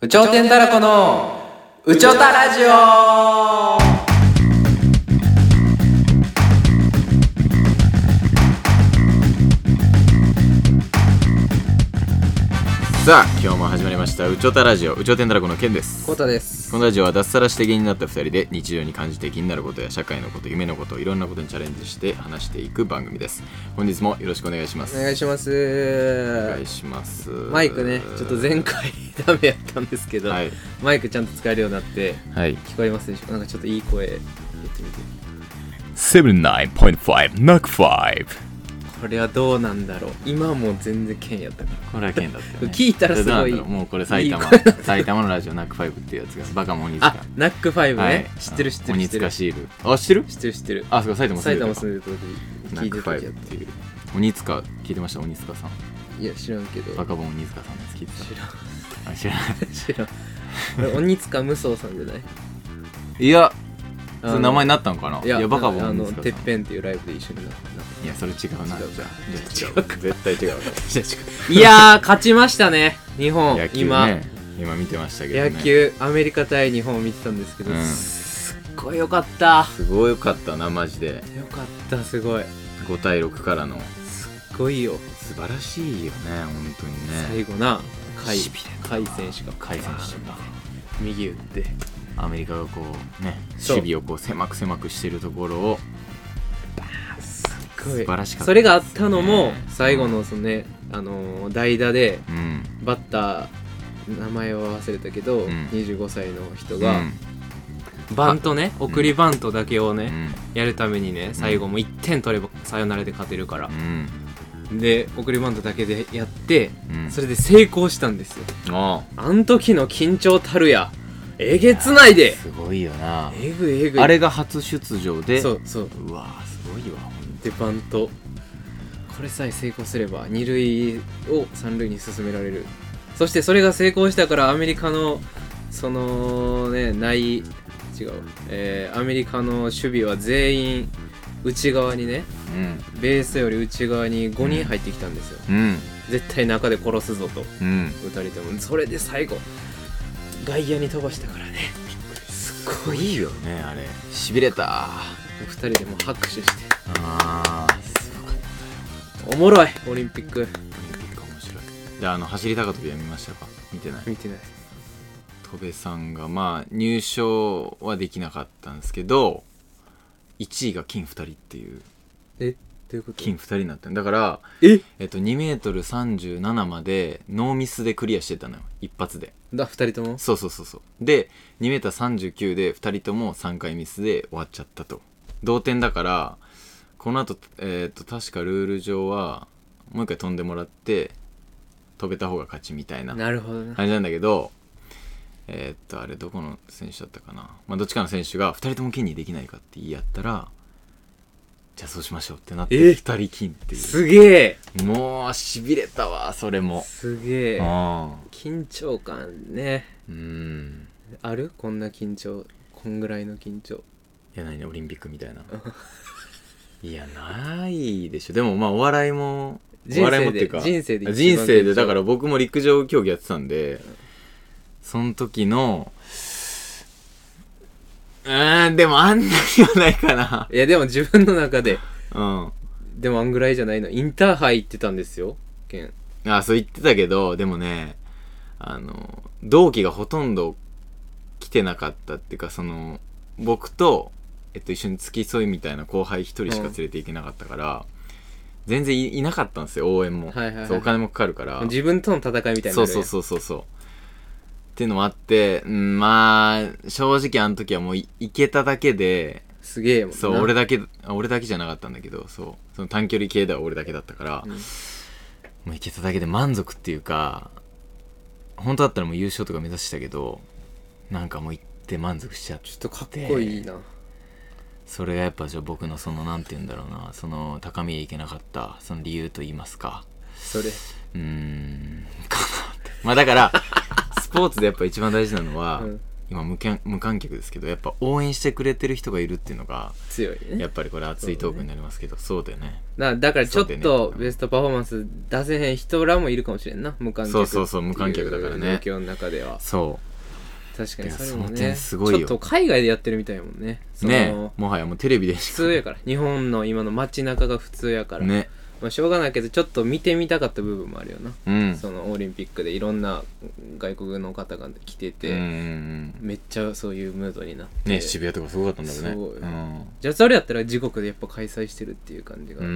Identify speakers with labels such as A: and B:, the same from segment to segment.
A: 宇頂天たらこの宇宙たラジオ
B: さあ今日も始まりました「うちょたラジオうちょてんたらこのけん」です
A: コ
B: こ
A: ウタです
B: のラジオは脱サラして芸人になった2人で日常に感じて気になることや社会のこと夢のこといろんなことにチャレンジして話していく番組です本日もよろしくお願いしま
A: お
B: す
A: 願いします
B: お願いします
A: マイクねちょっと前回ダメやったんですけど、
B: はい
A: マイクちゃんと使えるようになって
B: はい
A: 聞こえますでしょなんかちょっといい声言ってみて
B: 79.5ナック5
A: これはどうなんだろう今もう全然剣やったから
B: これはけんだったよ、ね、
A: 聞いたらすごい
B: どうなんだろうもうこれ埼玉
A: いい声
B: 埼玉のラジオナック5っていうやつがバカも鬼塚
A: あナックファイブね、
B: はい
A: 知ってる知ってる知
B: 鬼
A: って
B: 塚
A: る
B: シールあ知ってる
A: 知ってる知ってる
B: あそうか埼玉住
A: 埼
B: んでた
A: 玉住んでた時
B: ナ
A: 聞
B: ッ
A: いて
B: ク
A: る時や
B: 5
A: っ
B: っていう鬼塚聞いてました鬼塚さん
A: たいや知らんけど
B: バカボン鬼塚さんです聞いて
A: 知らん
B: たあ知らない
A: 知らん俺鬼塚無双さんじゃない
B: いや
A: あ
B: そ
A: の
B: れ名前になったのかないい
A: や
B: やバカボ
A: あ
B: ン
A: の
B: 鬼
A: て
B: 塚
A: っ
B: さん
A: ぺんっていうライブで一緒になった
B: いやそれ違うな
A: 違うじゃん
B: じゃあ違う絶対違 うじゃあ
A: いやー勝ちましたね日本
B: 違う野球
A: 今
B: ね今見てましたけど
A: 野
B: ね
A: 球アメリカ対日本を見てたんですけど、
B: うん
A: すっごいよかった
B: すごいよかったなマジで
A: よかったすごい
B: 5対6からの
A: すっごいよ
B: 素晴らしいよね本当にね
A: 最後な甲
B: しびれ
A: 斐甲斐選手が
B: 改善してた
A: 右打って
B: アメリカがこうね
A: そう
B: 守備をこう狭く狭くしてるところを
A: すっごい
B: 素晴らしかった
A: それがあったのも
B: ね
A: 最後のそのね、あのー代打で
B: うん
A: バッター名前は忘れたけど、
B: ん
A: 25歳の人
B: う
A: が、
B: ん
A: バントね
B: ん
A: 送りバントだけをね、
B: うん
A: やるためにね最後も1点取ればサヨナラで勝てるから
B: う、ん
A: で送りバントだけでやって、
B: うん
A: それで成功したんですよ
B: あ
A: あん時の緊張たるやえげつないで
B: すごいよな
A: えぐいえぐい
B: あれが初出場で
A: そうそう
B: うわーすごいわほん
A: でバントこれさえ成功すれば二塁を三塁に進められるそしてそれが成功したからアメリカのそのねない違う、えーアメリカの守備は全員内側にねベースより内側に5人入ってきたんですよ、
B: うんうん
A: 絶対中で殺すぞと
B: うん
A: 打たれてもそれで最後外野に飛ばしたからねすごいよ
B: ねあれしびれたあ
A: お二人でもう拍手して
B: あすごかった
A: おもろいオリンピック
B: オリンピック面白いであの走り高跳びは見ましたか見てない
A: 見てない
B: 戸部さんがまあ入賞はできなかったんですけど1位が金2人っていう
A: えどういうこと
B: 金2人になったんだから
A: え
B: えっと2メートル3 7までノーミスでクリアしてたのよ一発で
A: だ二人とも
B: そうそうそうそうで 2m39 で2人とも3回ミスで終わっちゃったと同点だからこの後、えー、と確かルール上はもう一回飛んでもらって飛べた方が勝ちみたいな
A: なるほどね
B: 感じなんだけどえーっとあれどこの選手だったかな、まあ、どっちかの選手が2人とも金にできないかって言い合ったらじゃあそうしましょうってなって
A: え
B: 2人金っていう
A: すげえ
B: もうしびれたわそれも
A: すげえ
B: ああ
A: 緊張感ね
B: うん
A: あるこんな緊張こんぐらいの緊張
B: いやないねオリンピックみたいないやないでしょでもまあお笑いも
A: 人生で
B: お笑いもっていうか
A: 人生で一番
B: 人
A: 緊
B: 生
A: 張
B: でだから僕も陸上競技やってたんでその時のうーんでもあんなにはないかない
A: やでも自分の中で
B: うん
A: でもあんぐらいじゃないのインターハイ行ってたんですよケン
B: あそう言ってたけどでもねあの同期がほとんど来てなかったっていうかその僕と、えっと、一緒に付き添いみたいな後輩一人しか連れていけなかったから、全然いいなかったんですよ応援も、
A: はいはいはい
B: そうお金もかかるから
A: 自分との戦いみたいにな
B: そう
A: る
B: そうそうそうそうっていうのもあって、うん、まあ正直あの時はもういいけただけです
A: げえもんな
B: そう俺だけあ俺だけじゃなかったんだけどそうその短距離系では俺だけだったから、
A: うん
B: もういけただけで満足っていうか本当だったらもう優勝とか目指してたけどなんかもう行って満足しちゃって
A: ちょっとかっこいいな
B: それがやっぱじゃあ僕のそのなんて言うんだろうなその高みへ行けなかったその理由と言いますか
A: それ
B: うー んかなってまあだからスポーツでやっぱ一番大事なのは、
A: うん
B: 今無観無観客ですけどやっぱ応援してくれてる人がいるっていうのが
A: 強い
B: や
A: ね
B: っぱりこれ熱いトークになりますけどそうだよね
A: だだからちょっ
B: そう
A: と
B: だね
A: ベストパフォーマンス出せへん人らもいるかもしれんな無観客
B: そうそうそう無観客だからね
A: っていう状況の中では
B: そ
A: 確かに
B: いや
A: それも
B: その
A: ね
B: 点すごいよ
A: ちょっと海外でやってるみたいやもんね
B: う
A: その
B: ねもはやもうテレビで
A: 普
B: し
A: 通やから日本の今の街中が普通やか、
B: からね
A: まあ、しょうがないけどちょっと見てみたかった部分もあるよな、
B: うん
A: そのオリンピックでいろんな外国の方が来て
B: うんうん
A: て、めっちゃそういうムードになっ
B: うん
A: て
B: ね渋谷とかすごかったんだろうね
A: すごいじゃあそれやったら自国でやっぱ開催してるっていう感じが、
B: うん、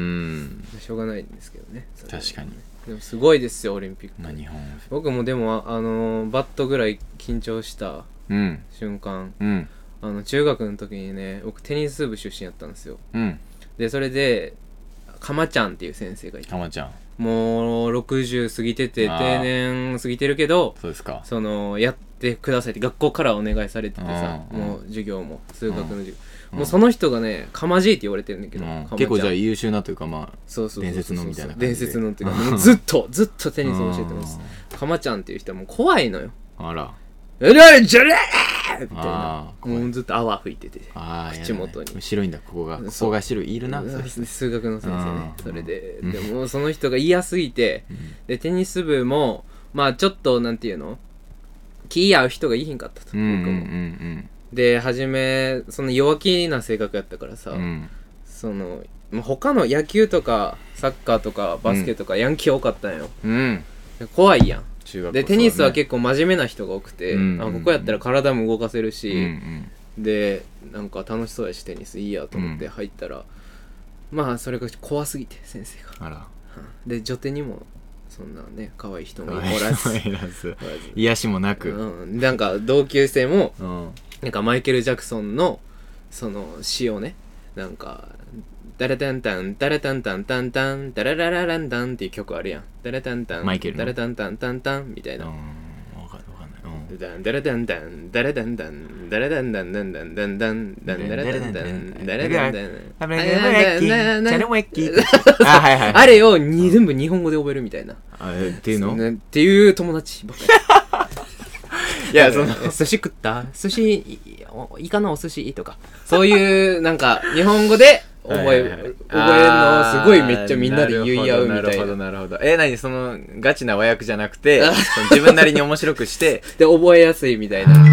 B: うん、
A: しょうがないんですけどねそれは
B: 確かに
A: でもすごいですよオリンピック、
B: まあ日本
A: 僕もでもああのーバットぐらい緊張した
B: うん
A: 瞬間
B: うん
A: あの中学の時にね僕テニス部出身やったんですよ
B: うん
A: でそれでかまちゃんっていう先生がいて
B: たまちゃん
A: もう60過ぎてて
B: あー
A: 定年過ぎてるけど
B: そうですか
A: そのやってくださいって学校からお願いされててさ
B: うん
A: もう授業も数学の授業
B: うん
A: もうその人がねかまじいって言われてるんだけど
B: うん
A: かまちん
B: 結構じゃあ優秀なというかまあ
A: そうそうそうそう
B: 伝説のみたいな感じで
A: 伝説のっていうかもうずっとずっとテニスを教えてますかまちゃんっていう人はもう怖いのよ
B: あら
A: 「うらじゃれ!」みたいな
B: あー怖い
A: もうずっと泡吹いてて
B: あー
A: 口元に
B: やだね白いんだここがこ
A: そう
B: こが白いいるな
A: うん
B: そういう人
A: 数学の先生ね
B: うん
A: それで
B: うん
A: でもその人が嫌すぎてでテニス部もまあちょっとなんていうの気合う人がいいひんかったと
B: う
A: 僕
B: んうんうん
A: もで初めその弱気な性格やったからさ、
B: うんうん
A: そのまあ他の野球とかサッカーとかバスケとかヤンキー多かったんよ、
B: うん
A: で怖いやん
B: 中学
A: でテニスは結構真面目な人が多くて、
B: うん
A: あここやったら体も動かせる
B: 構
A: し、
B: うん
A: でなんか楽しそうやしテニスいいやと思って入ったら、まあそれが怖すぎて先生が
B: うんあら
A: で女手にもそんなね可愛い人もお
B: お
A: らずお
B: らず
A: ら ず
B: 癒しもなく
A: うん、なんか同級生も
B: うん
A: なんかマイケル・ジャクソンのその詩をねなんか「ダラタンタンダラタンタンタンタンダラララランタン」っていう曲あるやん「ダラタンタン
B: マイケルの
A: ダラタンタンタンタン」みたいな
B: うんわかんわかんないうん
A: ダンダラダンダンダラダンダンダラダンダンダンダンダンダンダンダラダンダンダラダンダン
B: あはいはい
A: あれをに全部日本語で覚えるみたいな。っ
B: あえっていうの
A: っていう友達ばっかり。
B: いやその
A: 寿司食った寿司いおイカのお寿司とかそういうなんか日本語で覚え
B: はいはいはい
A: 覚えるのをすごいめっちゃみんなで言い合うみ
B: あーな
A: た
B: る
A: い
B: ほ
A: な
B: ど。なるほどなるほどえ何そのガチな和訳じゃなくてその自分なりに面白くして
A: で覚えやすいみたいな。
B: なるほ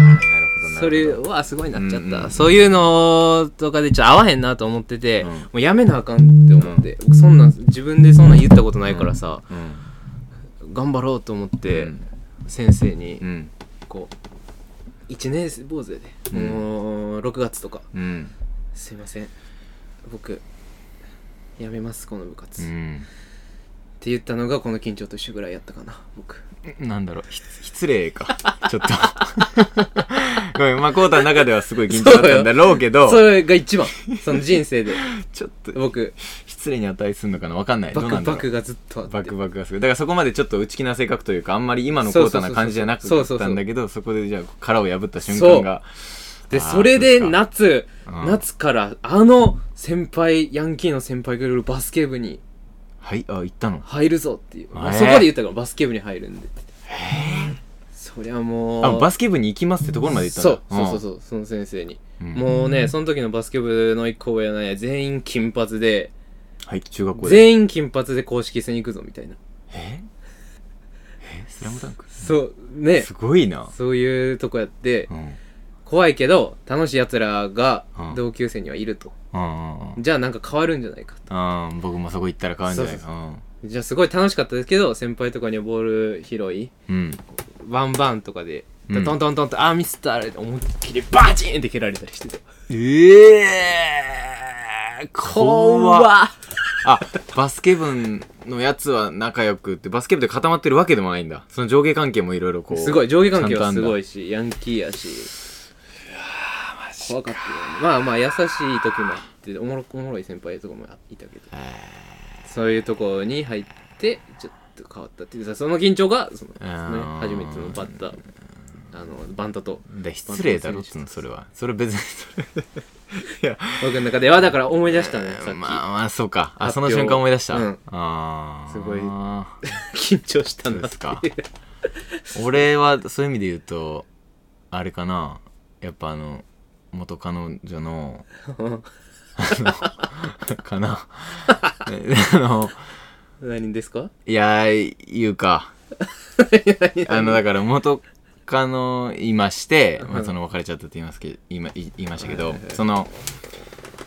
B: ど
A: それはすごいなっちゃった、
B: うんうんうん
A: そういうのとかでちょっと合わへんなと思ってて、
B: うん
A: もうやめなあかんって思って、僕そんなん自分でそんなん言ったことないからさ、
B: うん
A: 頑張ろうと思って、
B: うん
A: 先生に
B: うん
A: こう1年生坊主やで、
B: うん
A: もう6月とか
B: うん
A: 「すいません僕やめますこの部活、
B: う
A: っ
B: ん
A: て言ったのがこの緊張と一緒ぐらいやったかな僕
B: なんだろうひ失礼かちょっとごめんまあコータの中ではすごい緊張だったんだろうけど
A: それが一番その人生で
B: ちょっと
A: 僕
B: 失礼に値するのかなわかんない ど
A: バ
B: うな
A: ク
B: ん
A: バ
B: だろう
A: クがずっとあって
B: バクバクがすごいだからそこまでちょっと内気な性格というかあんまり今のコータな感じじゃなか
A: そうそうそう
B: っ
A: そう
B: たんだけどそこでじゃあ殻を破った瞬間が
A: で、
B: あー
A: それで
B: そうか
A: 夏、
B: うん
A: 夏からあの先輩、ヤンキーの先輩がいるバスケ部に
B: はいあ行ったの
A: 入るぞっていう。
B: えー
A: そこで言ったからバスケ部に入るんでって。そりゃもう。
B: あバ
A: ス
B: スケ部に行きますってところまで行った
A: そうそうそう
B: う
A: そう、その先生に。
B: うん
A: もうね、その時のバスケ部の一個上はね、全員金髪で、
B: はい中学校で
A: 全員金髪で公式戦行くぞみたいな。
B: ええスラムダンク
A: そう、ね
B: す。ごいな
A: そういうとこやって
B: う、んうん
A: 怖いけど、楽しい奴らが
B: うん
A: 同級生にはいると。
B: うんうん
A: じゃあなんか変わるんじゃないか。
B: うん僕もそこ行ったら変わるんじゃない
A: そ
B: かうん
A: じゃあすごい楽しかったですけど先輩とかにはボール拾い
B: うん
A: ワンバンとかで、
B: うん
A: トントントンとあーミスったあれ思いっきりバチンって蹴られたりしてた
B: ええ
A: 怖っ
B: あバスケ部のやつは仲良くってバスケ部で固まってるわけでもないんだその上下関係もいろいろこう
A: すごい上下関係はすご
B: い
A: いしヤンキーやし怖かったよねまあまあ優しい時もあっておもろおもろい先輩とかもいたけどそういうとこに入ってちょっと変わったっていうさその緊張がその、ね
B: あー、
A: 初めてのバッターあのバントと
B: で失礼だろっつうのそれはそれ 別にそれ
A: 僕の中ではだから思い出したねさっき、
B: まあまあそうかあ
A: 発
B: そ
A: 表
B: の瞬間思い出した、
A: うん
B: ああ
A: すごい緊張したんですか
B: そうです俺はそういう意味で言うとあれかなやっぱあの元彼女の かなあの
A: 何ですか
B: いや言うかあのだから元カノいまして、
A: う
B: まあ、
A: ん
B: その別れちゃったって言いますけど言いま言い言いましたけ
A: はい
B: ど
A: はいはい
B: その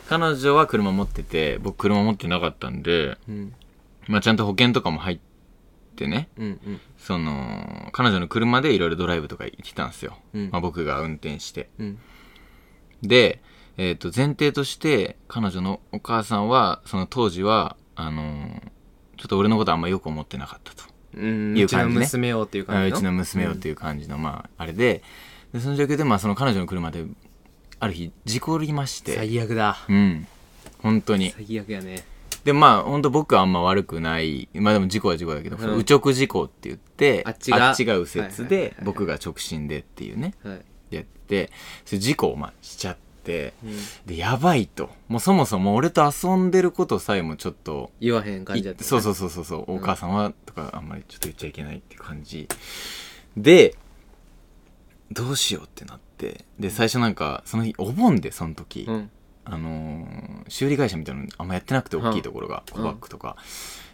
B: 彼女は車持ってて僕車持ってなかったんで、
A: うん
B: まあ、ちゃんと保険とかも入ってね
A: うんうん
B: その彼女の車でいろいろドライブとか行ってたんですよ、
A: うん
B: まあ、僕が運転して
A: うん
B: で、えっと前提として彼女のお母さんはその当時はあのーちょっと俺のことあんまよく思ってなかったと。
A: うん
B: いうう
A: ちの
B: 感じね
A: 娘をっていう
B: あ
A: 感
B: う
A: じの
B: ちの娘をっていう感じの、まああれででその状況で、まあ、その彼女の車である日事故りまして
A: 最悪だ
B: うん本当に
A: 最悪やね
B: でまあ本当僕はあんま悪くないまあでも事故は事故だけど、
A: うん
B: その右直事故って言って
A: あっちが
B: 右折
A: はいはいはい
B: で
A: はい
B: 僕が直進でっていうね
A: はい
B: やってそれ事故をまあしちゃって
A: うん
B: でやばいともうそもそも俺と遊んでることさえもちょっと
A: 言わへん感じやったね
B: そうそうそうそうそう、お母さんはとかあんまりちょっと言っちゃいけないって感じでどうしようってなってで最初なんかその日お盆でその時、
A: うん
B: あのー修理会社みたいなのあんまやってなくて
A: うん
B: 大きいところが、
A: うん
B: コバックとか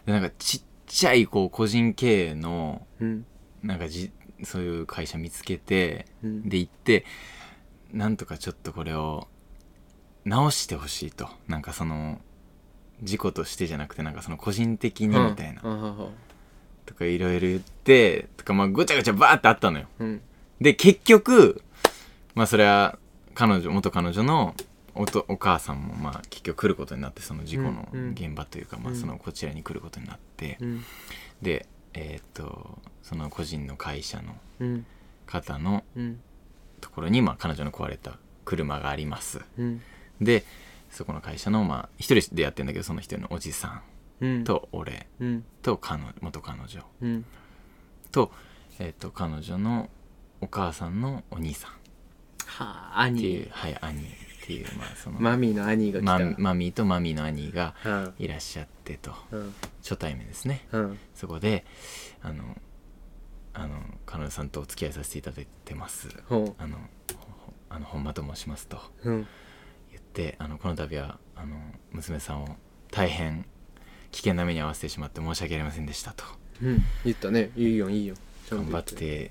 B: でなんかちっちゃいこう個人経営の
A: うん
B: なんかじそういう会社見つけて
A: うん
B: で行ってなんとかちょっとこれを直してほしいとなんかその事故としてじゃなくてなんかその個人的にみたいな、
A: うんあはは
B: とかいろいろ言ってとかまあごちゃごちゃバーってあったのよ
A: うん
B: で結局まあそれは彼女元彼女のおとお母さんもまあ結局来ることになってその事故の
A: うんうん
B: 現場というか、まあ
A: うん
B: そのこちらに来ることになって、
A: うん
B: でえーっとその個人の会社の
A: うん
B: 方の
A: うん
B: ところにまあ彼女の壊れた車があります
A: うん
B: でそこの会社のまあ一人でやってんだけどその一人のおじさ
A: うん
B: んと俺
A: うん
B: と彼女元彼女
A: うん
B: と,、えっと彼女のお母さんのお兄さんっ
A: はあ
B: てい
A: 兄
B: う、はい兄っていうまあその、
A: マミーの兄が来
B: マ
A: た
B: ミマミーとマミーの兄が
A: うん
B: いらっしゃってと
A: うん
B: 初対面ですね
A: うん
B: そこであのあの彼女さんとお付き合いさせていただいてます
A: ほ
B: あのほほあの本間と申しますと
A: ううん
B: 言ってあのこの度はあの娘さんを大変危険な目に遭わせてしまって申し訳ありませんでしたと
A: うん言ったねいいよいいよちゃん
B: 頑
A: と
B: 張
A: 言
B: っ
A: よ
B: て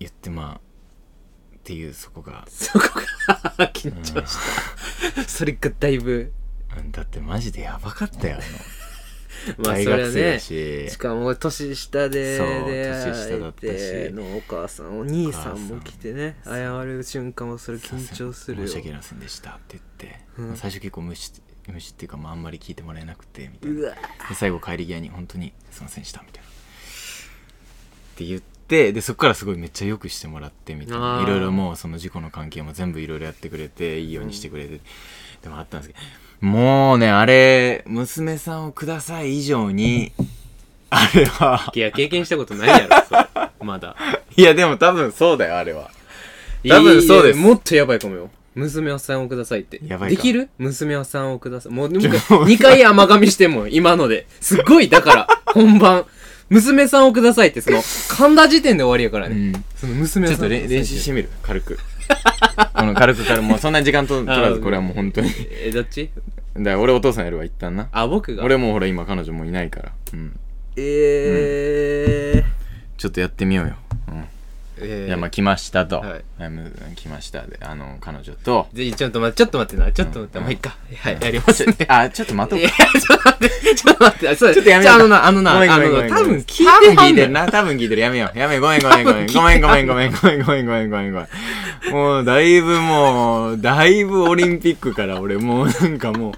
B: 言ってまあっていうそこが
A: そこが緊張したそれがだいぶ
B: うんだってマジでやばかったよ、あ の
A: まあ
B: 大
A: それ
B: 学
A: は
B: 生だ
A: ね
B: し
A: しかも年下で
B: そう
A: 出会
B: 年下だったし
A: えてのお母さんお兄さんも
B: お母さん
A: 来てね謝る瞬間もそれ緊張するよ
B: 申し訳ありませんでしたって言って、
A: うん
B: 最初結構無視無視っていうか、まあ、あんまり聞いてもらえなくてみたいうな
A: わ
B: で最後帰り際に本当にすいませんでしたみたいなって言ってでそこからすごいめっちゃよくしてもらってみたい
A: あ
B: な
A: ー
B: いろいろもうその事故の関係も全部いろいろやってくれていいようにしてくれて、でもあったんですけどもうねあれ娘さんをください以上にあれはい
A: や経験したことないやろそれまだ
B: いやでも多分そうだよあれは 多分そうです
A: いやいやもっとやばいかもよ娘さんをくださいって
B: やばいか
A: できる娘さんをくださいもうもう一回
B: ちょ
A: 2回甘噛みしてんもん今のですっごいだから本番娘さんをくださいってその噛んだ時点で終わりやからね、
B: うん
A: その娘
B: ち
A: さん
B: ょっとれ練習してみる軽くこの軽くからもうそんな時間と取 らずこれはもう本当に
A: えどっち
B: だから俺お父さんやるわ一旦な
A: あ僕が
B: 俺もうほら今彼女もういないからうん
A: えー
B: ちょっとやってみようよ、うん
A: えー
B: いやまあ来ましたと、
A: はい
B: あむ来ましたであの彼女と
A: ぜひちょっと待って、ちょっと待ってな、ちょっと待って、
B: うん
A: もう一回。はい、やり ます。いや、ち
B: あちょっと待とうか
A: ょっと待って、ちょっと待って、あそう
B: ちょっとやめ
A: じ
B: よ
A: ゃ
B: う
A: ああのな、あのな、
B: ごめん
A: あ
B: ごめんご
A: の
B: めん
A: な、多分聞い
B: 多分
A: ては
B: 聞
A: ん
B: いて
A: ね
B: る
A: ん。
B: な多分聞いてるやめようやめようごめんごめんごめんごめんごめんごめんごめんごめんごめんごめんごめんもうだいぶもうだいぶオリンピックから俺もうなんかもう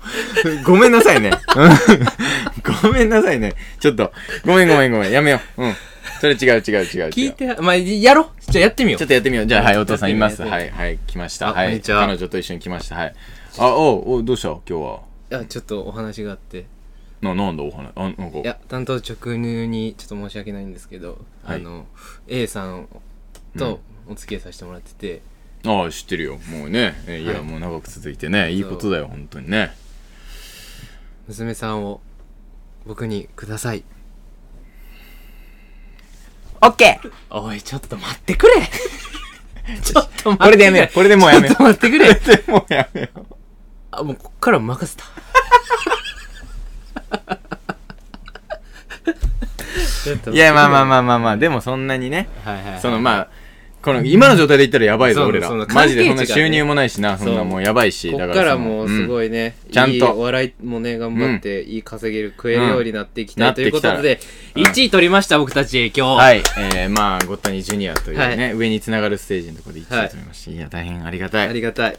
B: ごめんなさいねうんごめんなさいねちょっとごめんごめんごめんやめよううんそれ違う違う違う違う
A: 聞いては、まあ、やろじゃあやってみよ
B: ちょっとやってみよう。じゃあ、はい、お父さんいます。
A: やってみ
B: は
A: よ
B: い、はい、来ました。
A: あ
B: は
A: こん
B: い、
A: にちは
B: 彼女と一緒に来ました。はい。あ、おうおう、どうした今日は。
A: う。あ、ちょっとお話があって。
B: な、なんだお花。あ、なんか。
A: いや、担当直入にちょっと申し訳ないんですけど、
B: はい
A: あの、A さんとお付き合いさせてもらってて、
B: ああ、知ってるよ。もうね。えいや、
A: はい
B: もう長く続いてね。いいことだよ、本当にね。
A: 娘さんを僕にください。
B: オッケーおい、ちょっと待ってくれちょっと
A: と待って
B: これでやめよう。これでもうやめ
A: ち
B: よ
A: ょっと待ってく
B: う。これ
A: れ。
B: でもうやめよう。
A: あ、もうこっからは任せた。ちょっと待ってくれ
B: いや、まあまあまあまあまあ、でもそんなにね、
A: はいはいはい、
B: そのまあ、この今の状態で言ったらやばいぞ、
A: そう
B: 俺ら
A: その。
B: マジでそ
A: 関係値
B: ん
A: が
B: な
A: ね
B: 収入もないしな、そんなもうやばいし。
A: こっ
B: だ
A: から
B: その
A: もうす
B: うん
A: ごいね、
B: んちゃんと
A: いい笑いもね、頑張って、いい稼げる、食えるようになっていきたい、
B: うん
A: ということ
B: なって
A: で、1位取りました、僕たち、今日。
B: はい、えー、まあ、ゴッタニジュニアというね、
A: は
B: 上につながるステージのところで一位とりました、い、や、大変ありがた
A: あ
B: い。
A: りがたい。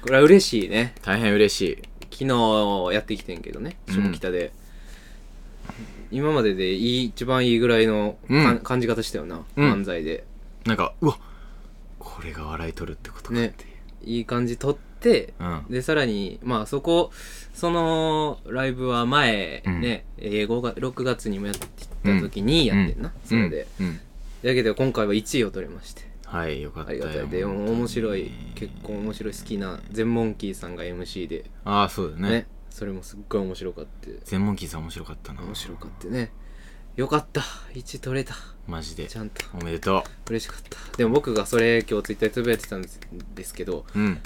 A: これは嬉しいね。
B: 大変嬉しい。
A: 昨日やってきてんけどね、下北で。今まででいい一番いいぐらいのかん、
B: うん
A: 感じ方したよな、
B: うん
A: 漫才で。
B: なんか、うわこれが笑い取るってことかっていう。
A: ねいい感じ取って、
B: うん。
A: で、さらに、まあそこ、そのライブは前、ね、えー5月6月にもやってた時にやってんな、それで。
B: うん。うん。
A: だけど今回は1位を取りまして
B: はい、よかった
A: あり
B: よ。
A: がたいでもう面白い結構面
B: い。
A: 白い好きな全モンキーさんが MC で
B: ああ、そうだ
A: ね
B: ね。
A: それもすっごい面白かって
B: 全問記さん面白かったな。
A: 面白かったねよかった1位取れた
B: マジで
A: ち。ゃんと
B: おめでと
A: 嬉しかったでも僕がそれ今日ツイッターでつぶやいてたんですですけど
B: う。うん。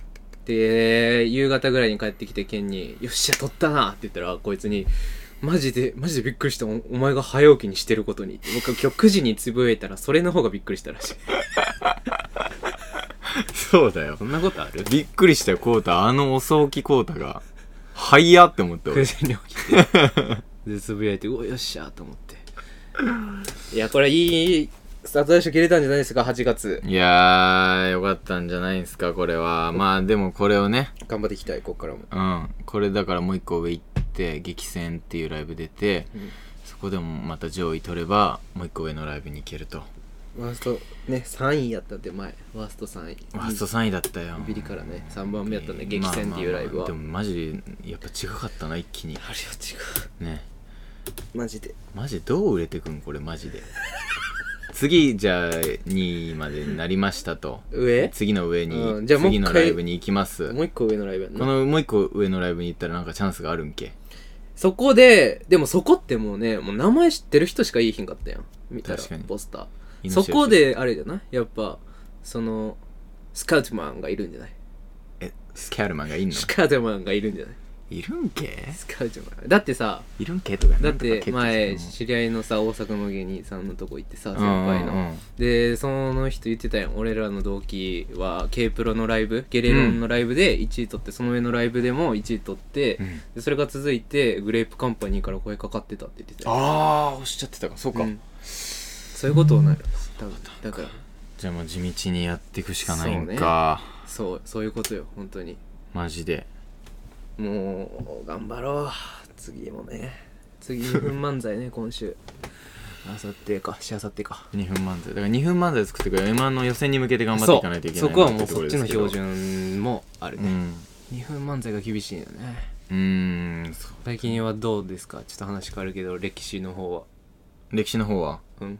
A: で夕方ぐらいに帰ってきてケンに「よっしゃ取ったな」って言ったらこいつに「マジでマジでびっくりしたおお前が早起きにしてることに」って僕今日9時につぶやいたらそれの方がびっくりしたらしい
B: そうだよ。
A: そんなことある
B: びっくりしたよ、コータ。あの遅起きコータが。はいやって思った
A: 9
B: 俺。
A: 時に起きてでつぶやいてうわよっしゃーと思っていやこれいいスタートダッシュ切れたんじゃないですか8月
B: いやー、よかったんじゃないですか、これは。まあ、でもこれをね、
A: 頑張っていきたいここからも
B: うん、これだからもう一個上行って激戦っていうライブ出て、
A: うん
B: そこでもまた上位取ればもう一個上のライブに行けると
A: ワーストね3位やったって前ワースト3位
B: ワースト3位だったよ
A: ビリからね3番目やったんで激戦っていうライブは、
B: まあまあまあでもマジでやっぱ違かったな一気に
A: あれは違
B: ね
A: うマジで
B: マジどう売れてくんこれマジ で次じゃあ2位までになりましたと
A: 上
B: 次の上に、
A: うんじゃあもう一
B: 次
A: 回
B: のライブに行きます
A: もう一個上のライブやん
B: こ
A: な
B: のもう一個上のライブに行ったらなんかチャンスがあるんけ
A: そこででもそこってもうねもう名前知ってる人しか言いひんかったやん見たら
B: 確かに
A: ポスター
B: 命
A: そ
B: を
A: こであれじゃないやっぱそのスカウトマンがいるんじゃない
B: えスキャルマンがいんの
A: スカウトマンがいるんじゃない
B: いるんけ
A: スカウトマンだってさ
B: いるんけとか
A: だって前
B: 先
A: 知り合いのさ大阪の芸人さんのとこ行ってさ先輩
B: 輩
A: の、
B: の
A: でその人言ってたやん俺らの同期は k プロのライブゲレロンのライブで1位取って、その上のライブでも1位取って、でそれが続いてグレープカンパニーから声かかってたって言ってたよ
B: ああおっしゃってたかそう
A: うんそういうことになる多分だから
B: じゃあもう地道にやっていくしかないん
A: そうね
B: か、
A: そうそういうことよ本当に
B: マジで
A: もう頑張ろう次もね次2分漫才ね今週あさってかしあさってか
B: 2分漫才だから2分漫才作ってくれ m 1の予選に向けて頑張っていかないといけない
A: そうそこはもう
B: てと
A: そっ
B: ろ
A: ちの
B: ですけど
A: 標準もある
B: う
A: ね、
B: ん
A: 2分漫才が厳しいよね
B: うーんそう
A: 最近はどうですかちょっと話変わるけど歴史の方は
B: 歴史の方は
A: うん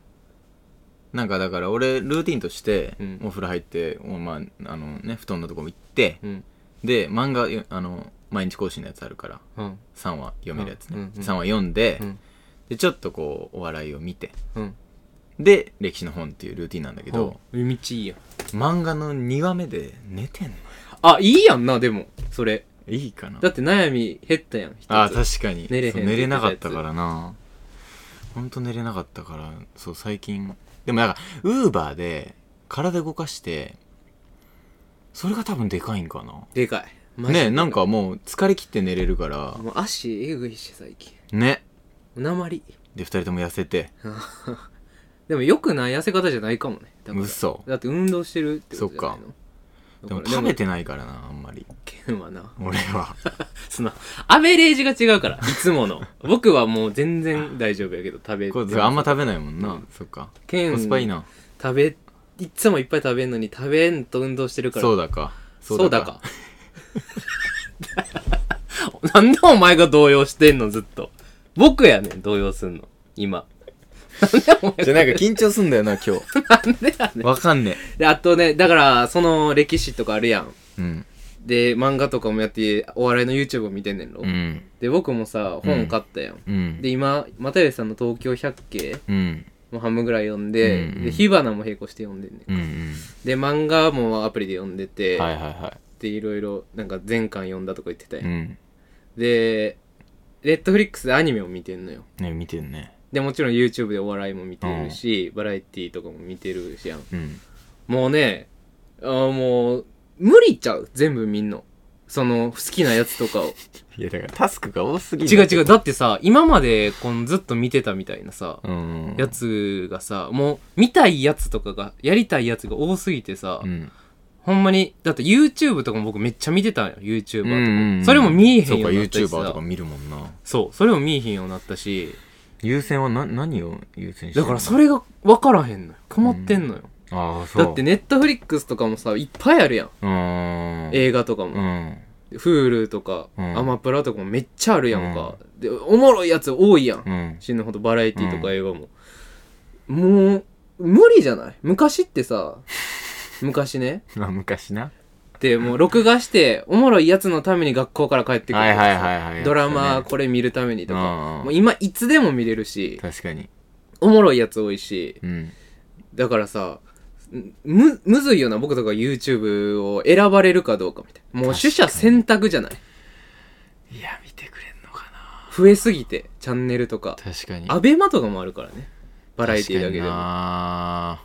B: なんかだから俺ルーティンとして
A: うん
B: お風呂入って、おまああのね布団のとこも行って
A: うん
B: で漫画よあの毎日更新のやつあるから
A: うん
B: 3話読めるやつね、
A: うんうんうん
B: 3話読んで、
A: うん
B: でちょっとこうお笑いを見て
A: うん
B: で歴史の本っていうルーティンなんだけど
A: どう道いいやん
B: 漫画の2話目で寝てんの
A: あいいやんなでもそれ
B: いいかな
A: だって悩み減ったやん一つ
B: ああ確かに
A: 寝れへん
B: そう寝れなかったからなほんと寝れなかったからそう最近でもなんかウーバーで体動かしてそれが多分でかいんかな
A: でかいマジで
B: ねなんかもう疲れ切って寝れるから
A: もう足えぐいし最近
B: ね
A: 鉛
B: で2人とも痩せて
A: でもよくない痩せ方じゃないかもねだから
B: 嘘
A: だって運動してるってことじゃないの
B: でも食べ
A: て
B: てないからなあんまり
A: ケンはな
B: 俺は
A: そのアベレージが違うからいつもの僕はもう全然大丈夫やけど食べ
B: こうあんま食べないもんな、
A: うん
B: そっか
A: ケン
B: コスパいいな、
A: 食べいっつもいっぱい食べんのに食べんと運動してるから
B: そうだか
A: そうだかなんでお前が動揺してんのずっと僕やねん動揺すんの今
B: じゃあなんか緊張すんだよ な今日
A: なんでやねん
B: わかんね
A: であとねだからその歴史とかあるやん
B: えうん
A: で漫画とかもやってお笑いの YouTube を見てんねんろ、
B: うん
A: で僕もさ本買ったやん、
B: うん
A: で今又吉さんの「東京百景
B: うん」
A: もう半分ぐらい読んで、
B: うんうん
A: で火花も並行して読んでんね
B: うんうん
A: で漫画もアプリで読んでて、
B: はいはいは
A: でいろいろなんか全巻読んだとか言ってた
B: い
A: よ、
B: うん
A: でレッドフリックスでアニメも見てんのよ
B: ね見てるね
A: でもちろん YouTube でお笑いも見てるし、バラエティとかも見てるしやん
B: うん
A: もうねあーもう無理ちゃう全部見んのその好きなやつとか を
B: いやだからタスクが多すぎ
A: 違う違う
B: う
A: だってさ今までこのずっと見てたみたいなさ、
B: うん
A: やつがさもう見たいやつとかがやりたいやつが多すぎてさ、
B: うん
A: ほんまにだって YouTube とかも僕めっちゃ見てたんよ YouTuber とか、
B: うん
A: それも見えへん
B: そう
A: よ
B: か
A: うになったし
B: YouTuber と
A: さ
B: か見るもんな
A: そうそれも見えへんようになったし
B: 優先はな何を優先して
A: だからそれが分からへんのよ困ってんのよ、
B: ああそう
A: だって Netflix とかもさいっぱいあるやん
B: うーん
A: 映画とか
B: う
A: も、
B: ん
A: Hulu とか、
B: うん
A: アマプラとかもめっちゃあるやんか、でおもろいやつ多いやん、
B: うん
A: 死ぬほどバラエティとか映画も、もう無理じゃない昔って さ昔ね
B: まあ昔な
A: でもう録画しておもろいやつのために学校から帰ってくる
B: はいはいはいはい
A: ドラ
B: や
A: マ
B: って
A: これ見るためにと
B: うんう
A: か
B: ん
A: もう今いつでも見れるした
B: ね確かに
A: おもろいやつ多いし
B: うん
A: だからさむむずいよな僕とか YouTube を選ばれるかどうかみたいなもう取捨選択じゃない
B: いや見てくれんのかな
A: 増えすぎてチャンネルとか
B: 確かに
A: アベマとかもあるからねバラエティだけ
B: 確
A: で
B: か
A: も
B: にな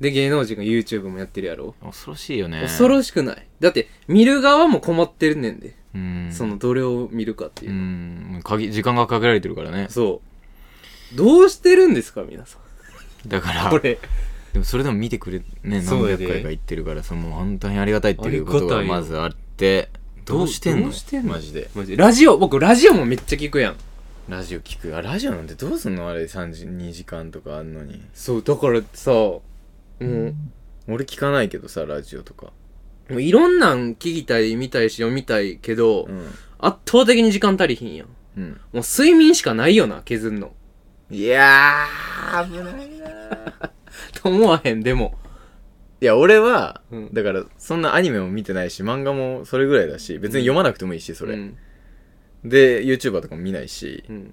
A: で芸能人が YouTube もやってるやろ
B: 恐ろしいよね
A: 恐ろしくないだって見る側も困ってるねんで、
B: うん
A: そのどれを見るかっていうう、
B: ん限時間が限られてるからね
A: そうどうしてるんですか皆さん
B: だから
A: これ
B: でもそれでも見てくれね
A: そ
B: 何
A: うや
B: 百
A: で
B: 回か言ってるからそのもう本当にありがたいっていうこ
A: あ
B: と
A: りがた
B: が
A: いよ
B: まずあってどうしてんの
A: どうしてんの
B: マジで
A: マジラジオ僕ラジオもめっちゃ聞くやん
B: ラジオ聞くあラジオなんてどうすんのあれ3時2時間とかあんのに
A: そうだからさもう
B: 俺聞かないけどさラジオとか
A: もういろんなん聞きたい見たいし読みたいけど、
B: ん
A: 圧倒的に時間足りひんやん
B: うん
A: もう睡眠しかないよな削んの
B: いやー危ないなー
A: と思わへんでも
B: いや俺は、
A: うん
B: だからそんなアニメも見てないし漫画もそれぐらいだし別に読まなくてもいいしそれ、
A: うん
B: で YouTuber とかも見ないし、
A: うん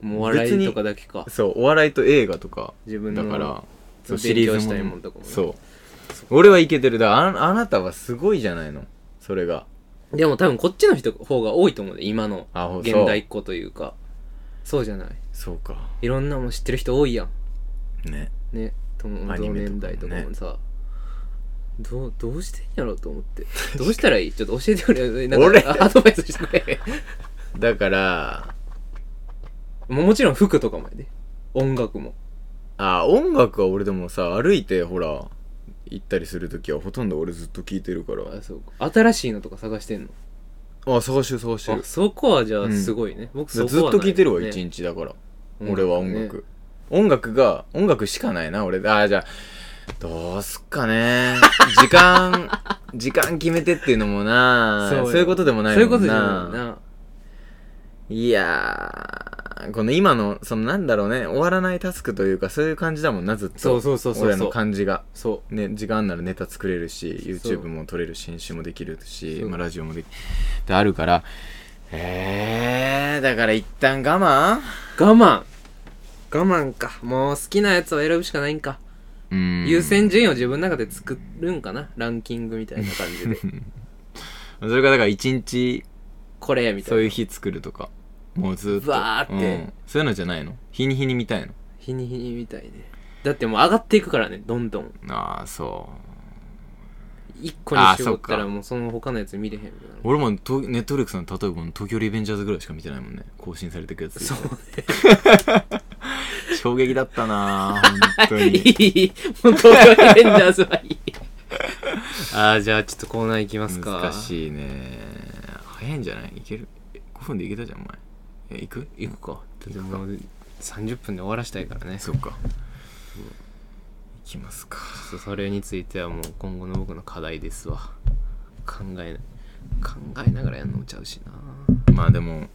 A: もう笑いとかだけか
B: そうお笑いと映画とか
A: 自分
B: だ
A: の
B: からそ
A: 勉
B: う
A: 強
B: シリーズ
A: したいもんとかもね
B: そう俺はいけてるだからああなたはすごいじゃないのそれが
A: でも多分こっちの人方が多いと思うで今の
B: あほ
A: 現代っ子というかそうじゃない
B: そうそうか
A: いろんなもん知ってる人多いやん
B: ね
A: ねとも
B: アニ
A: 同
B: メとか
A: 年
B: もね
A: 代とかもさどうどうしてんやろうと思って どうしたらいいちょっと教えてく れなんか
B: 俺
A: アドバイスして くれ
B: だから
A: もうもちろん服とかもやで音楽も
B: あ音楽は俺でもさ歩いてほら行ったりするときはほとんど俺ずっと聴いてるか
A: あ
B: ら
A: そうか新しいのとか探してんの
B: あ探してる探して
A: あ
B: る
A: そこはじゃあすごいね、僕
B: ず
A: そ
B: っ
A: こは
B: と聴いてるわ
A: ないよ
B: 一
A: ね
B: 日だから
A: ね
B: 俺は音
A: 音楽
B: 楽音楽が音楽しかないな俺あじゃあどうすっかね 時間時間決めてっていうのもな
A: そう
B: そ
A: よ
B: ういうことでもない
A: そういう
B: も
A: こと
B: ん
A: じゃな
B: な
A: いない
B: やー、この今の、そのなんだろうね、終わらないタスクというか、そういう感じだもんな、ずっと。
A: そうそうそうそうそう
B: 俺らの感じが。
A: そ
B: ね、時間あんならネタ作れるし、
A: そう
B: YouTube も撮れるし、編集もできるし
A: そ、う
B: まあ、ラジオもできであるから、えー、だから一旦我慢
A: う我慢我慢かもう好きなやつを選ぶしかないんか
B: うん
A: 優先順位を自分の中で作るんかなランキングみたいな感じで
B: それがだから一日、
A: これみたい
B: そう
A: な
B: いう日作るとか、もうずっと。
A: わーって
B: うんそういうのじゃないの日に日に見たいの
A: 日に日にみたいねだってもう上がっていくからねどんどん
B: ああ、そう。
A: 一個に
B: あ
A: 絞っ
B: ー
A: た
B: そ
A: ら
B: っか
A: もうその他のやつ見れへんみたい な
B: 俺もとネットフリックスの例えばこの東京リベンジャーズぐらいしか見てないもんね更新されてくやつ
A: そう
B: 衝撃だったなぁ本 当
A: い
B: に
A: いもう東京リベンジャーズはいいああじゃあちょっとコーナーいきますか
B: 難しいね早いんじゃないいける5分でいけたじゃんお前え行く行くか
A: でも30分で終わらしたいからね
B: そっか行きますか
A: ちょっとそれについてはもう今後の僕の課題ですわ考え考えながらやんのもちゃうしな
B: まあでも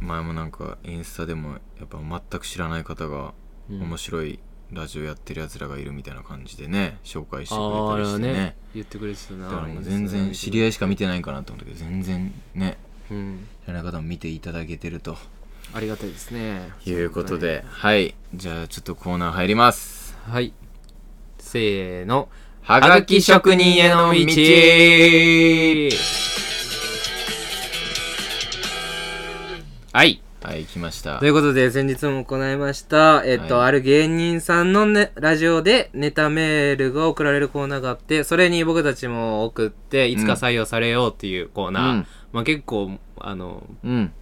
B: 前もなんかインスタでもやっぱ全く知らない方が
A: うん
B: 面白いラジオやってるやつらがいるみたいな感じでね紹介してく
A: ああ
B: れた
A: れ
B: り
A: は
B: してね
A: ね言ってくれてたな
B: だからもう全然知り合いしか見てないかなと思ったけど全然ね
A: うん
B: 知らない方も見ていただけてると
A: ありがたいですね
B: いうことで、はい。じゃあ、ちょっとコーナー入ります。
A: はいせーの
B: はがき職人への道
A: はい
B: はい、来ました
A: とい。うことで先日も行いました、えっと
B: はい
A: ある芸人さんの、ね、ラジオでネタメールが送られるコーナーがあってそれに僕たちも送っていつか採用されようっていうコーナー、
B: うん
A: まあ、結構あの
B: うん。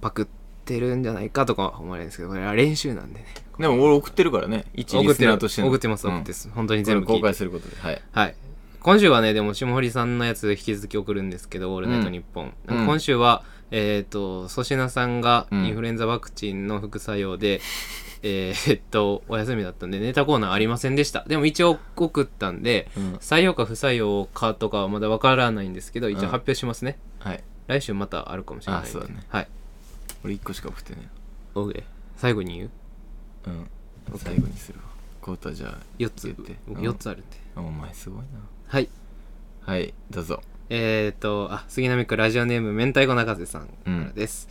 A: パクってるんじゃないかとか思われるんですけどこれは練習なんでね
B: でも俺送ってるからね。一
A: 送
B: リ
A: っ
B: ス
A: て
B: ナ
A: る
B: ーとしての
A: 送ってます
B: うん
A: 送ってます、本当に
B: 全
A: 全
B: 部
A: 部聞い
B: 公
A: て
B: 開することで。はい。
A: はい今週はねでも霜降りさんのやつ引き続き送るんですけど「オールナイトニッポン」
B: うん
A: 今週はえっ、と粗品さんが
B: うん
A: インフルエンザワクチンの副作用で、えーっとお休みだったんでネタコーナーありませんでしたでも一応送ったんで
B: うん
A: 採用か不採用かとかはまだわからないんですけど一応
B: うん
A: 発表しますね、
B: はい。
A: 来週またあるかもしれないんで
B: あそうだね
A: はい
B: 俺一個しか送ってね。
A: OK 最後に言う
B: うん。最後にするわ。コータじゃあ、
A: 4つ
B: 言って
A: 僕
B: うん
A: 4つあるんで、
B: お前すごいな。
A: はい
B: はい、どうぞ。
A: えー、と、あ、杉並区ラジオネーム、明太子中瀬さんから
B: うん
A: です。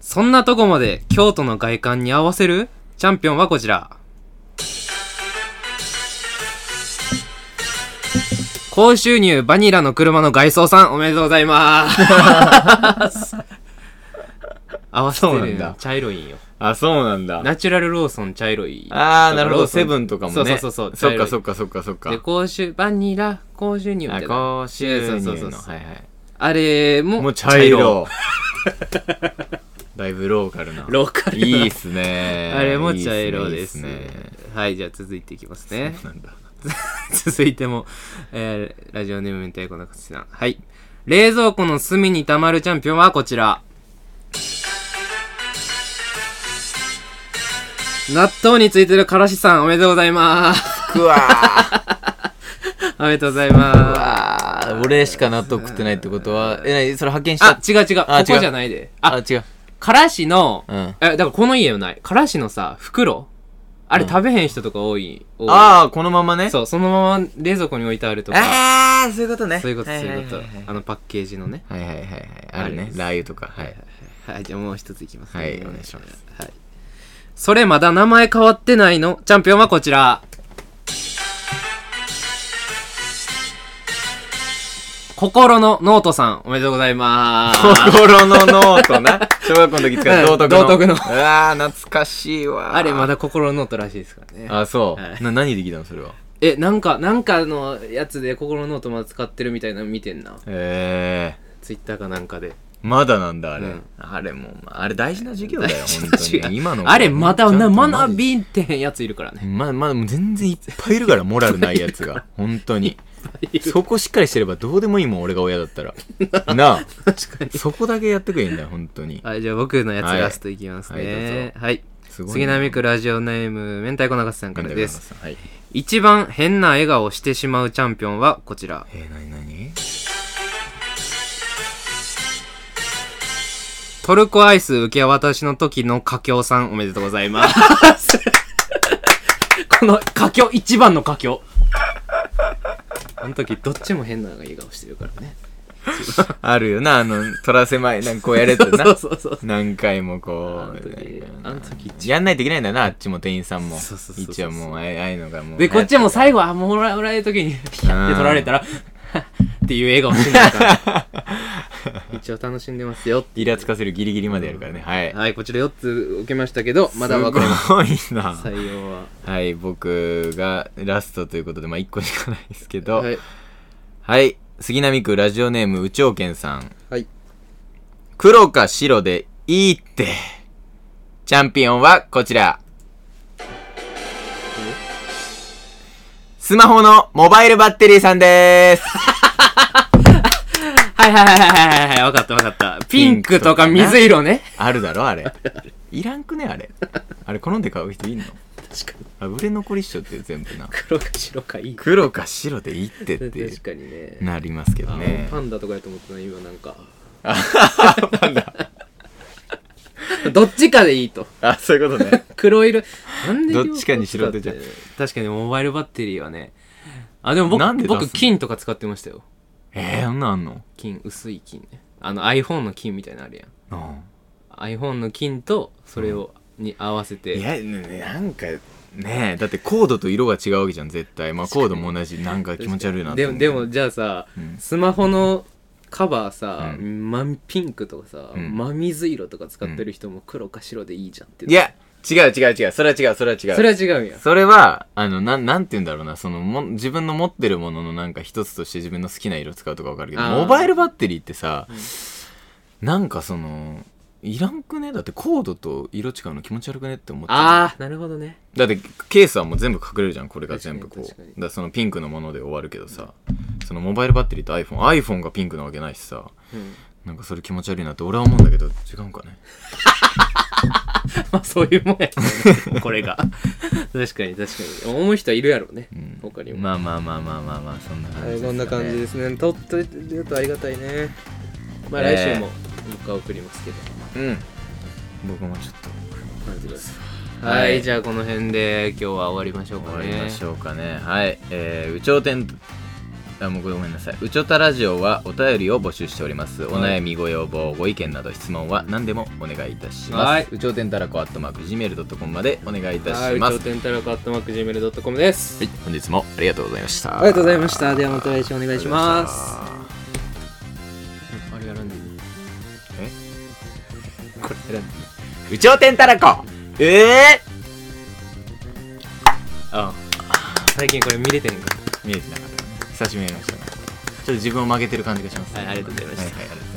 A: そんなとこまで京都の外観に合わせるチャンピオンはこちら。高収入バニラの車の外装さん、おめでとうござい ます。合わせて
B: そうな
A: る
B: んだ
A: 茶色いんよ。
B: あ、そうなんだ。
A: ナチュラルローソン茶色い。
B: あー、なるほ
A: ロ
B: ど。
A: ーソン
B: セブンとかもね。
A: そうそうそう
B: そ
A: そう
B: っかそっかそっかそっか。
A: で、高収、バニラ、高収入みた
B: あ、
A: いな
B: 高収入の。
A: そうそうそうそう
B: はいはい。
A: あれも、
B: もう茶色。 だいぶローカルな。
A: ローカルない
B: いっすね。
A: あれも茶色です
B: いいっ
A: ね。はい、じゃあ続いていきます
B: ね
A: ね。
B: そうなんだ。
A: 続いても、えーラジオネーム明太子の勝さん。はい。冷蔵庫の隅に溜まるチャンピオンはこちら。納豆についてるからしさん、おめでとうございます。
B: くわー。
A: おめでとうございま
B: あー俺しか納得ってないってことは、え、なにそれ発見し
A: す。
B: た
A: あ、違う違う。
B: あ違う
A: ここじゃないで。あ、
B: あ、違う。
A: からしの、
B: うん。
A: え、だからこの家はない。からしのさ、袋あれ食べへん人とか多い。多い
B: あー、このままね。
A: そう、そのまま冷蔵庫に置いてあるとか。
B: あー、そういうことね。
A: そういうこと、
B: は
A: そう
B: はは
A: いうこ
B: は
A: と。あのパッケージのね。
B: はいはいはいはい。ある
A: あれ
B: ね
A: で。す
B: ラー油とか。はい。
A: はい、じゃあもう一ついきます、
B: はいお願いします。
A: はい。それまだ名前変わってないのチャンピオンはこちら。心のノートさん、おめでとうございます。
B: 心のノートな。小学校の時使う道徳の。
A: 道徳の
B: うわー、懐かしいわ。
A: あれま。だ心のノートらしいですからね。
B: あ、そう。
A: はい
B: な、何できたのそれは。
A: え、なんか、なんかのやつで心のノートまだ使ってるみたいなの見てんな。
B: ええ
A: ツイッターかなんか で。
B: まだなんだ、あれ。
A: うん
B: あれもう、あれ 大事な授業だよ、本
A: 確
B: 当
A: か
B: に。
A: に
B: 今の。
A: あれまたな、
B: ちゃん
A: 学
B: と
A: びんてへんやついるからね。
B: ま、まだもう全然いっぱいいるから、モラルないやつ が。本当に。そこしっかりしてればどうでもいいもん、俺が親だった ら。なあ。
A: 確かに。
B: そこだけやってくれんだよ、本当に。
A: はい、じゃあ僕のやつ
B: はい
A: ラストいきますね。はい。
B: すごいな。
A: 杉並区ラジオネーム、明太子中瀬さんからで
B: み
A: す。
B: たいなはい。
A: 一番変な笑顔をしてしまうチャンピオンはこち ら。
B: えー、なになに
A: トルコアイス受け渡しの時の佳境さん、おめでとうございます。 この佳境、一番の佳境。あの時、どっちも変な笑顔してるからね。
B: あるよな、あの、取らせまい、なんかこうやれとな。
A: そうそうそう。
B: 何回もこ
A: あの
B: う
A: 時あの時一
B: やんないといけないんだなあっちも店員さんも
A: そうそうそうそう
B: 一応もうああいうのがもう
A: で、こっちも最後、あ、もら、もらえる時に、 ピャって取られたら、 っていう笑顔してないから。 一応楽しんでますよ。
B: イラつかせるギリギリまでやるからねはい
A: はい、こちら4つ受けましたけど、まだ分かります
B: ごいな
A: す。採用は。
B: はい僕がラストということでまあ1個しかないですけど
A: はい。
B: はい杉並区ラジオネーム宇宙健さん
A: はい。
B: 黒か白でいいってチャンピオンはこちらスマホのモバイルバッテリーさんです
A: はいはいはいはいはいはい、分かった分かった。ピンクとか
B: ピンクとかな
A: 水色ね。
B: あるだろあ れ。いらんくねあれ。あれ好んで買う人いんの
A: 確かに。
B: あ、売れ残りっしょって全部な。
A: 黒か白かいい。
B: 黒か白でいいってって
A: 確かにね。
B: なりますけど
A: あ
B: ね。
A: パンダとかやと思ったな、今なんか。
B: パンダ。
A: どっちかでいいと。
B: あ、そういうことね。
A: 黒色。なんで
B: どっちかにしろってじゃん
A: 確かにモバイルバッテリーはね。あ、でも
B: なんで
A: 僕、
B: 出すの
A: 僕、金とか使ってましたよ。
B: えー、あんなんあんの
A: 金、薄い金ね。あの iPhone の金みたいなのあるやん。
B: うん。
A: iPhone の金とそれを、に合わせて
B: いやねなんかねえだってコードと色が違うわけじゃん絶対まあコードも同じなんか気持ち悪いなって
A: で
B: 思
A: も
B: う
A: でもじゃあさ、
B: うん
A: スマホのカバーさ、
B: う
A: 真ピンクとかさ、
B: うん
A: 真水色とか使ってる人も黒か白でいいじゃんって
B: いや違う違う違うそれは違うそれは違う
A: それは違うんや
B: それは、あの、なん、なんて言うんだろうな、その、も、自分の持ってるもののなんか一つとして自分の好きな色使うとかわかるけど、
A: あー
B: モバイルバッテリーってさ、
A: う
B: なんかその、いらんくねだってコードと色違うの気持ち悪くねって思ってる
A: ああなるほどね
B: だってケースはもう全部隠れるじゃん、これが全部こう。だ
A: 確か
B: か
A: に確から
B: そのピンクのもので終わるけどさ、そのモバイルバッテリーと iPhone、iPhone がピンクなわけないしさ、
A: うん
B: なんかそれ気持ち悪いなって俺は思うんだけど、違うんかね。
A: まあそういうもんやけどねこれが確かに確かに思う人はいるやろうね
B: うん。
A: 他にも
B: まあまあまあまあまあまあ、そんな感じ
A: はい
B: ですかね。
A: こんな感じですねとっといてるとありがたいねまあ
B: えー
A: 来週も僕は送りますけど
B: うん。僕もちょっと。
A: 待ってください
B: は
A: はいい、じゃあこの辺で今日は終わりましょう
B: 終
A: か
B: わ
A: ね
B: りましょうかねはいえー、うちょうてんあもうごめんなさいうちょたラジオはお便りを募集しておりますお悩みご要望ご意見など質問は何でもお願いいたします、
A: はいう
B: ちょうてんたらこ atmarkgmail.com までお願いいた
A: はい、
B: しま
A: う
B: す
A: ちょうてんたらこ atmarkgmail.com です、
B: はい本日もありがとうございました
A: ありがとうございましたではまた来週お願いします
B: あり
A: あれや
B: がとうございました
A: らんでいいこれやらんで
B: 有頂天たらこええあ
A: 最近これ見れてんか
B: 見えてなかったね久しぶりにやりましたねちょっと自分を曲げてる感じがします、
A: はいありがとうございました
B: はいはいありがとうございました